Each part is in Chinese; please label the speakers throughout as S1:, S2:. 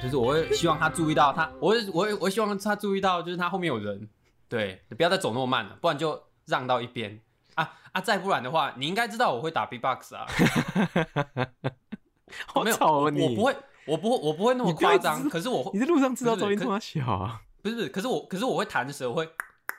S1: 就是我会希望他注意到他，我会我会我会希望他注意到，就是他后面有人，对，不要再走那么慢了，不然就让到一边啊啊！再不然的话，你应该知道我会打 B-box 啊，我
S2: 好
S1: 没有，
S2: 吵
S1: 我
S2: 哦你！
S1: 我不会，我不会，我不会那么
S2: 你不要
S1: 夸
S2: 一直
S1: 张，可是我会
S2: 你在路上知道
S1: 不是
S2: 噪音
S1: 可
S2: 这么小啊？
S1: 不是不是，可是我可是我会弹舌，我会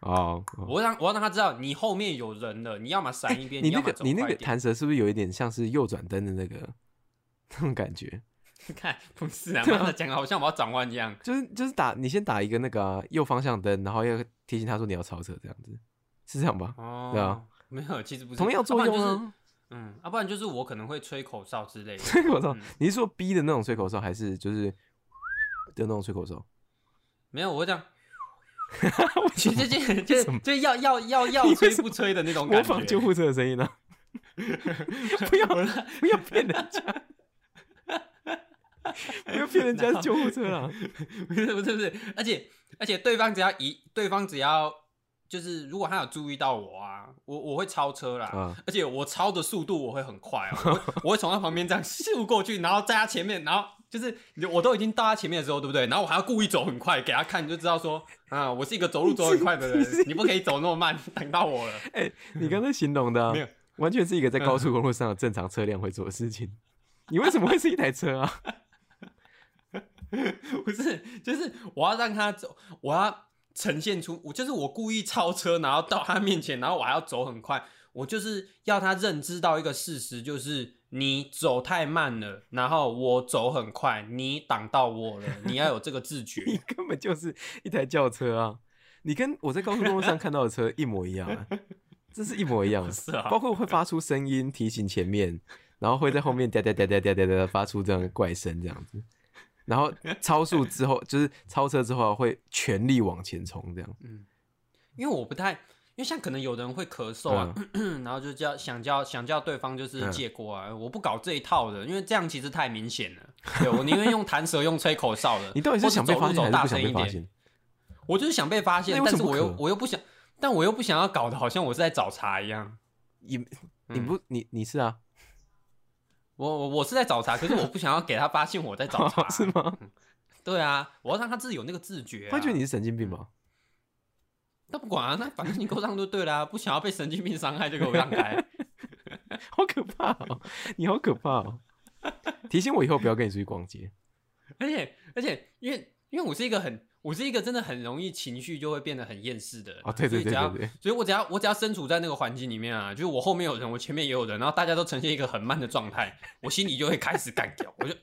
S2: 哦，哦
S1: 我会让我要让他知道你后面有人了，你要么闪一边，
S2: 哎你
S1: 要
S2: 那
S1: 么
S2: 个
S1: 走
S2: 你那
S1: 快
S2: 个
S1: 一点。
S2: 弹舌是不是有一点像是右转灯的那个那种感觉？
S1: 看不是啊，妈的讲得好像我要转弯一样。
S2: 就是就是打你先打一个那个啊、右方向灯，然后要提醒他说你要超车，这样子是这样吧？
S1: 哦，
S2: 对啊，
S1: 没有，其实不是
S2: 同样作用
S1: 要不然就是
S2: 啊。
S1: 嗯，要、不然就是我可能会吹口哨之类的。
S2: 吹 口哨
S1: 嗯，
S2: 你是说逼的那种吹口哨，还是就是的那种吹口哨？
S1: 没有，我会这样。其实就 就
S2: 什么
S1: 就要要要要
S2: 你
S1: 吹
S2: 为什
S1: 不吹的那种
S2: 模
S1: 感
S2: 仿
S1: 觉
S2: 救。护车的声音呢、啊？不要不要骗人家， 不要骗人家是救护车啊啦！
S1: 不是不是不是，而且而且对方只要一对方只要就是如果他有注意到我啊，我我会超车啦。
S2: 啊，
S1: 而且我超的速度我会很快哦，我会我会从他旁边这样咻过去，然后在他前面，然后就是我都已经到他前面的时候，对不对？然后我还要故意走很快给他看，你就知道说，啊，我是一个走路走很快的 人，你不可以走那么慢， 挡到我了。
S2: 你刚才形容的啊、
S1: 没有
S2: 完全是一个在高速公路上的正常车辆会做的事情。 你为什么会是一台车啊？
S1: 不是，就是我要让他走，我要呈现出，我就是我故意超车，然后到他面前，然后我还要走很快，我就是要他认知到一个事实，就是你走太慢了，然后我走很快，你挡到我了，你要有这个自觉。
S2: 你根本就是一台轿车啊！你跟我在高速公路上看到的车一模一 样、啊，这是一模一样的。
S1: 是啊
S2: 包，括会发出声音提醒前面，然后会在后面哒哒哒哒哒哒哒发出这样的怪声这样子，然后超速之后就是超车之后啊会全力往前冲这样。
S1: 因为我不太，因为像可能有人会咳嗽啊，然后就叫想叫想叫对方就是
S2: 嗯
S1: 借过啊，我不搞这一套的，因为这样其实太明显了。对我宁愿用弹舌，用吹口哨的。
S2: 你到底是想被
S1: 或
S2: 发
S1: 者走路
S2: 现
S1: 走
S2: 还
S1: 大
S2: 是不想
S1: 声一
S2: 被发
S1: 点？
S2: 现？
S1: 我就是想被发现
S2: 那，为
S1: 但
S2: 什
S1: 是
S2: 么不
S1: 我又
S2: 可
S1: 我又不想，但我又不想要搞得好像我是在找茬一样。
S2: 你你不你你是啊？
S1: 我我我是在找茬，可是我不想要给他发现我在找茬，
S2: 是？吗？
S1: 对啊，我要让他自己有那个自觉、啊。
S2: 他觉得你是神经病吧？
S1: 他不管啊，那反正你给我让就对啦、不想要被神经病伤害就给我让开。
S2: 嗯 好可怕哦！你好可怕 哦！提醒我以后不要跟你出去逛街。
S1: 而且而且，因为因为我是一个很我是一个真的很容易情绪就会变得很厌世的人啊
S2: 哦对
S1: 所
S2: 对对
S1: 以只要
S2: 对对
S1: 所以我只要我只要身处在那个环境里面啊，就是我后面有人，我前面也有人，然后大家都呈现一个很慢的状态， 我心里就会开始干掉，我就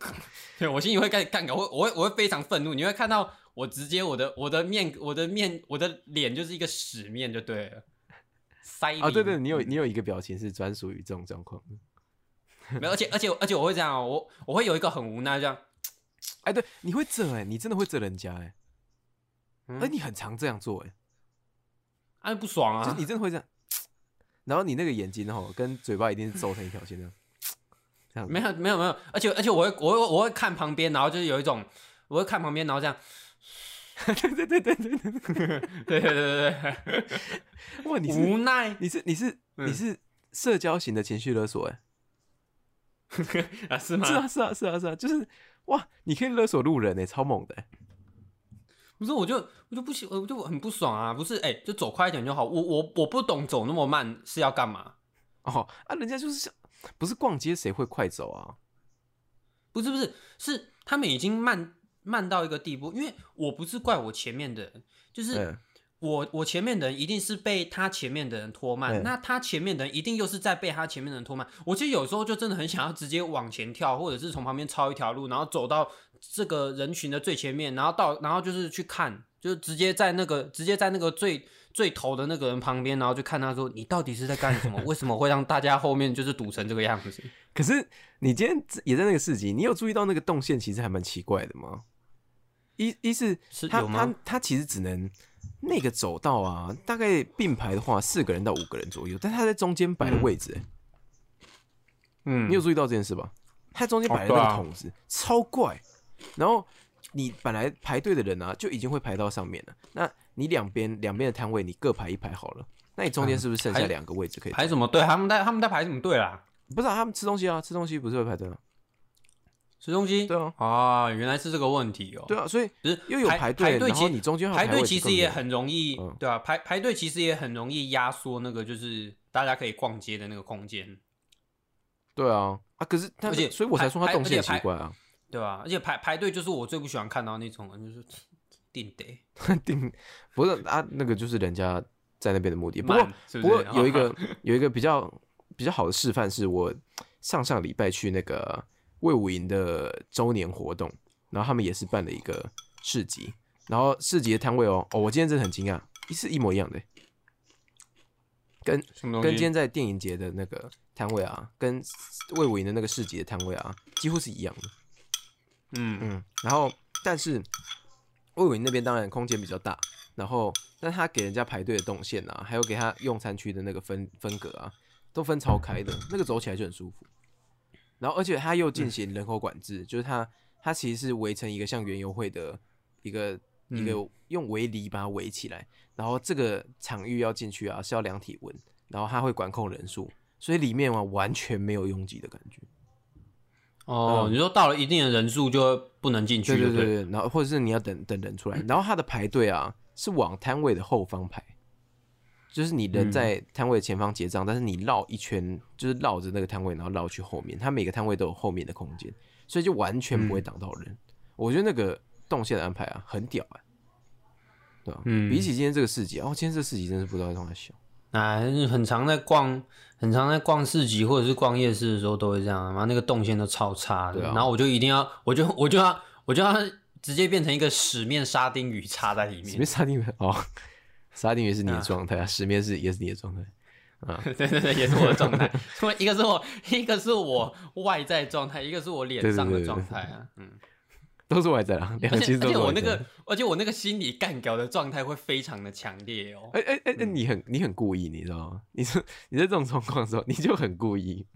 S1: 对我心里会开始干掉，我我会我会非常愤怒，你会看到我直接我的我的面我的面我的脸就是一个屎面就对了。塞嗯
S2: 啊，对对，
S1: 脸
S2: 你有你有一个表情是专属于这种状况的。
S1: 没有，而且而且而且我会这样、哦，我我会有一个很无奈这样，
S2: 哎，对，你会这哎，你真的会这人家哎，
S1: 嗯
S2: 哎，你很常这样做哎。
S1: 啊不爽
S2: 就
S1: 啊，
S2: 是你真的会这样，然后你那个眼睛哦，跟嘴巴一定是皱成一条线这样，这样子
S1: 没有没有没有，而且而且我会我会我会看旁边，然后就是有一种我会看旁边，然后这样，
S2: 对 对对对对对，
S1: 对对对对
S2: 哇，你
S1: 对，
S2: 是
S1: 无奈
S2: 你是你是
S1: 嗯
S2: 你是社交型的情绪勒索哎，
S1: 啊是吗？
S2: 是啊是啊是啊是啊，就是哇，你可以勒索路人哎，超猛的哎，
S1: 不是我就我就不喜我就很不爽啊，不是哎、就走快一点就好，我我我不懂走那么慢是要干嘛？
S2: 哦啊，人家就是想不是逛街谁会快走啊？
S1: 不是不是，是他们已经慢慢到一个地步，因为我不是怪我前面的人，就是。
S2: 嗯，
S1: 我我前面的人一定是被他前面的人拖慢，
S2: 嗯
S1: 那他前面的人一定又是在被他前面的人拖慢。我其实有时候就真的很想要直接往前跳，或者是从旁边抄一条路，然后走到这个人群的最前面，然后到然后就是去看，就是直接在那个直接在那个最最头的那个人旁边，然后就看他说你到底是在干什么？为什么会让大家后面就是堵成这个样子？
S2: 可是你今天也在那个市集，你有注意到那个动线其实还蛮奇怪的吗？一一是
S1: 是
S2: 它
S1: 有吗
S2: 它它其实只能那个走道啊，大概并排的话四个人到五个人左右，但它在中间摆的位置、欸
S1: 嗯
S2: 你有注意到这件事吧？它中间摆的
S1: 哦对
S2: 那
S1: 啊
S2: 个桶子、超怪，然后你本来排队的人啊就已经会排到上面了，那你两边两边的摊位你各排一排好了，那你中间是不是剩
S1: 还
S2: 下两个位置可以？
S1: 嗯排什么队？他们在他们在排什么队啦？
S2: 啊不是、啊、他们吃东西啊，吃东西不是会排队吗？
S1: 吃东西。
S2: 对啊，
S1: 啊，原来是这个问题哦。
S2: 对啊，所以
S1: 不是
S2: 又有
S1: 排
S2: 排
S1: 排
S2: 队，
S1: 队
S2: 然
S1: 其
S2: 后
S1: 实
S2: 你中间还
S1: 排
S2: 要
S1: 队
S2: 位
S1: 其
S2: 置
S1: 实
S2: 更
S1: 也
S2: 多
S1: 很容易，
S2: 嗯
S1: 对啊，排排队其实也很容易压缩那个就是大家可以逛街的那个空间，
S2: 对啊啊！可是他
S1: 而
S2: 的，
S1: 且
S2: 所以我才说他
S1: 排
S2: 动线
S1: 而且
S2: 很
S1: 排
S2: 奇怪啊。
S1: 对吧、而且排排队就是我最不喜欢看到那种人，就是定得
S2: 定不是啊，那个就是人家在那边的目的。不过
S1: 慢是
S2: 不
S1: 不
S2: 过
S1: 是
S2: 有一个有一个比较比较好的示范，是我上上礼拜去那个魏武营的周年活动，然后他们也是办了一个市集，然后市集的摊位哦，哦，我今天真的很惊讶，是一模一样的，
S1: 什么
S2: 跟
S1: 东
S2: 今
S1: 西
S2: 天在电影节的那个摊位啊，跟魏武营的那个市集的摊位啊，几乎是一样的。
S1: 嗯
S2: 嗯，然后但是魏武营那边当然空间比较大，然后但他给人家排队的动线啊，还有给他用餐区的那个分分隔啊，都分超开的，那个走起来就很舒服。然后而且他又进行人口管制，就是他他其实是围成一个像园游会的一个一个用围篱把它围起来，然后这个场域要进去啊是要量体温，然后他会管控人数，所以里面啊完全没有拥挤的感觉。
S1: 哦，你说到了一定的人数就不能进去，
S2: 对
S1: 对
S2: 对
S1: 不
S2: 对对，然后或者是你要等等人出来，然后他的排队啊是往摊位的后方排，就是你人在摊位前方结账，但是你绕一圈，就是绕着那个摊位，然后绕去后面，他每个摊位都有后面的空间，所以就完全不会挡到人。我觉得那个动线的安排啊很屌啊，对啊，
S1: 嗯
S2: 比起今天这个市集，哦，今天这个市集真是不知道在干嘛小。
S1: 啊，很常在逛，很常在逛市集或者是逛夜市的时候都会这样，然后那个动线都超差的，
S2: 对啊
S1: 然后我就一定要，我就我就要我就要直接变成一个死面沙丁鱼插在里
S2: 什么
S1: 面，
S2: 沙丁鱼？哦，沙丁鱼是你的状态啊，十面是也是你的状态。
S1: 对对对，也是我的状 态，所以一个是我一个是我外在状态，一个是我脸上的状态啊，嗯，
S2: 都是外在啊，两
S1: 而
S2: 个
S1: 且
S2: 其实
S1: 而
S2: 都是
S1: 且我
S2: 外
S1: 那
S2: 在
S1: 个而且我那个心理干掉的状态会非常的强烈 哦，
S2: 哎哎哎，哎你很你很故意，你知道吗？你是你在这种状况的时候，你就很故意，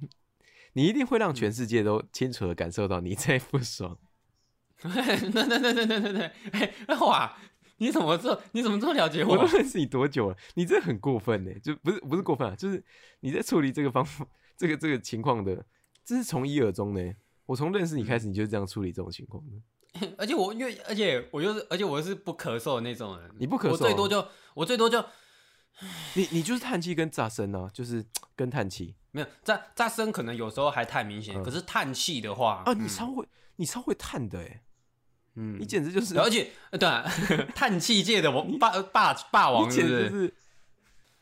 S2: 你一定会
S1: 嗯
S2: 让全世界都清楚的感受到 你在不爽。
S1: 那那那那那那那， 哎哇，你怎么这你怎么这么了解
S2: 我
S1: 我
S2: 都？认识你多久了？你这很过分呢，欸就不是不是过分啊，就是你在处理这个方法这个这个情况的，这是从一而终呢。我从认识你开
S1: 嗯
S2: 始，你就这样处理这种情况的。
S1: 而且我因为，而且我又是，而且我是不咳嗽的那种人。
S2: 你不咳嗽
S1: 我最多就我最多就
S2: 你你就是叹气跟炸声啊，就是跟叹气
S1: 没有扎扎声，可能有时候还太明显。可是叹气的话
S2: 嗯啊，你超会你超会叹的哎，
S1: 嗯
S2: 你，简直就是
S1: 而且对啊， 叹气界的王霸霸霸
S2: 你
S1: 王是
S2: 简
S1: 不
S2: 直
S1: 是？
S2: 是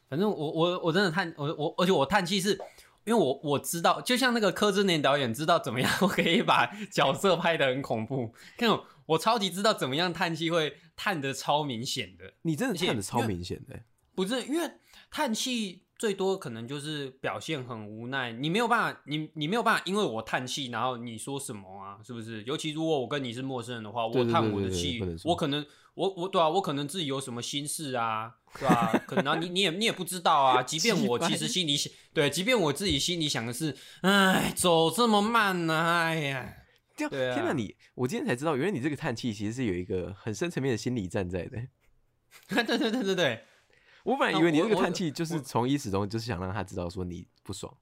S1: 反正我我我真的叹我我，而且我叹气是因为我我知道，就像那个柯震年导演知道怎么样 我可以把角色拍的很恐怖，看我我超级知道怎么样叹气会叹的超明显的。
S2: 你真的
S1: 而且
S2: 叹的超
S1: 因为
S2: 明显的欸。
S1: 不是因为叹气最多可能就是表现很无奈，你没有办法，你你没有办法，因为我叹气，然后你说什么啊？是不是？尤其如果我跟你是陌生人的话，
S2: 对
S1: 我
S2: 对
S1: 叹
S2: 对
S1: 我的
S2: 对对
S1: 气
S2: 不能，说
S1: 我可能我我对啊，我可能自己有什么心事啊，对吧、可能、啊、你你也你也不知道啊。即便我其实心里想，对，即便我自己心里想的是，哎，走这么慢呢、哎呀，
S2: 对啊，
S1: 对啊
S2: 天哪你！我今天才知道，原来你这个叹气其实是有一个很深层面的心理战在的。
S1: 对对对对对，
S2: 我本来
S1: 那
S2: 以为你
S1: 我
S2: 这个
S1: 我
S2: 叹气就是
S1: 我
S2: 从一始终就是想让他知道说你不爽。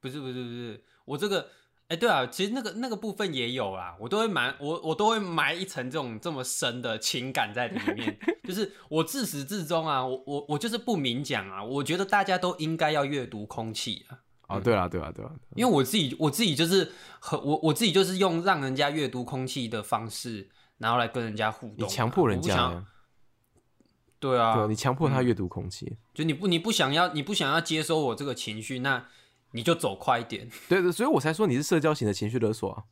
S1: 不是不是不是，我这个，哎、对啊，其实那个那个部分也有啦，我都会埋我我都会埋一层这种这么深的情感在里面，就是我自始至终啊，我我我就是不明讲啊，我觉得大家都应该要阅读空气啊，
S2: 哦，对啦，对啦，对啦，
S1: 因为我自己我自己就是和我我自己就是用让人家阅读空气的方式，然后来跟人家互动啊、
S2: 你强迫人
S1: 我不
S2: 家
S1: 想
S2: 啊，
S1: 对啊，
S2: 对啊，你强迫他阅读空气。
S1: 就你不你不想要你不想要接收我这个情绪，那你就走快一点。
S2: 对对，所以我才说你是社交型的情绪勒索啊。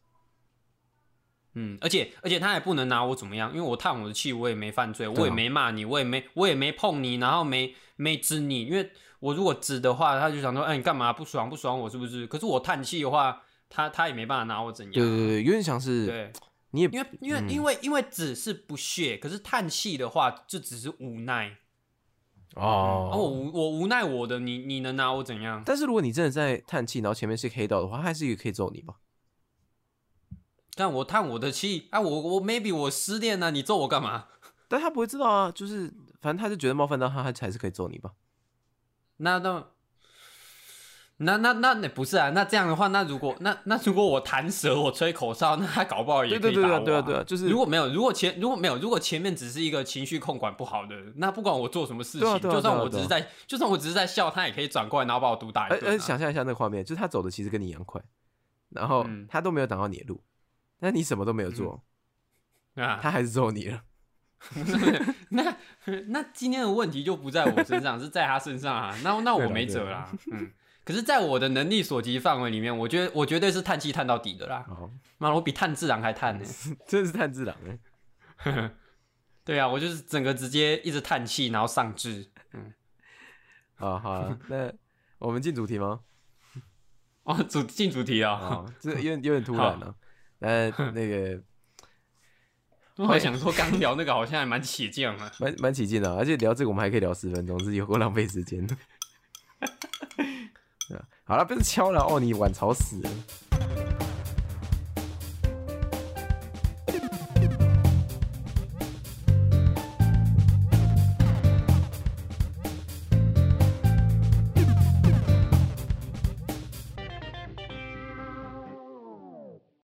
S1: 嗯，而且而且他也不能拿我怎么样，因为我叹我的气，我也没犯罪，
S2: 啊
S1: 我也没骂你，我也没我也没碰你，然后没没指你，因为我如果指的话，他就想说，哎、你干嘛不爽不爽我是不是？可是我叹气的话，他他也没办法拿我怎样。
S2: 对对对，嗯有点像是
S1: 对
S2: 你也
S1: 因为因为、因为因为只是不屑，可是叹气的话就只是无奈。啊，我
S2: 哦。
S1: 无我无奈我的，你你能拿我怎样？
S2: 但是如果你真的在叹气，然后前面是黑道的话，他还是也可以揍你吧？
S1: 但我叹我的气，啊，我我 maybe 我失恋啊了、你揍我干嘛？
S2: 但他不会知道啊，就是反正他就觉得冒犯到他，他还是可以揍你吧？
S1: 那那，那那那那不是啊？那这样的话，那如果那那如果我弹舌，我吹口哨，那他搞不好也
S2: 对
S1: 可
S2: 对
S1: 以
S2: 对
S1: 打我、
S2: 啊对啊对啊，就是
S1: 如果没有，如果前如果没有，如果前面只是一个情绪控管不好的，那不管我做什么事情，
S2: 对啊对啊
S1: 就算
S2: 对啊
S1: 我只
S2: 对啊哎
S1: 是在，就算我只是在笑，他也可以转过来，然后把我毒打一
S2: 而
S1: 顿、啊。
S2: 而想象一下那个画面，就是他走的其实跟你一样快，然后
S1: 嗯
S2: 他都没有挡到你的路，但你什么都没有做，
S1: 啊，
S2: 他还是揍 你了。
S1: 那那今天的问题就不在我身上，是在他身上啊。那那
S2: 对
S1: 我
S2: 啦
S1: 没
S2: 对啊
S1: 辙
S2: 啦
S1: 啦。嗯，可是，在我的能力所及范围里面，我觉得我绝对是叹气叹到底的啦。
S2: 哦，
S1: 妈的，我比炭治郎还炭呢、
S2: 真的是炭治郎哎，
S1: 对啊，我就是整个直接一直叹气，然后上志。
S2: 好好啊，那我们进主题吗？
S1: 哦，主进主题啊、
S2: 啊，这有点有点突然了。呃，那个
S1: 我好想说刚聊那个好像还蛮起劲啊。
S2: 蛮蛮起劲的啊，而且聊这个我们还可以聊十分钟，是有够浪 费时间的。对啊好了，不是敲了哦，你晚吵死了。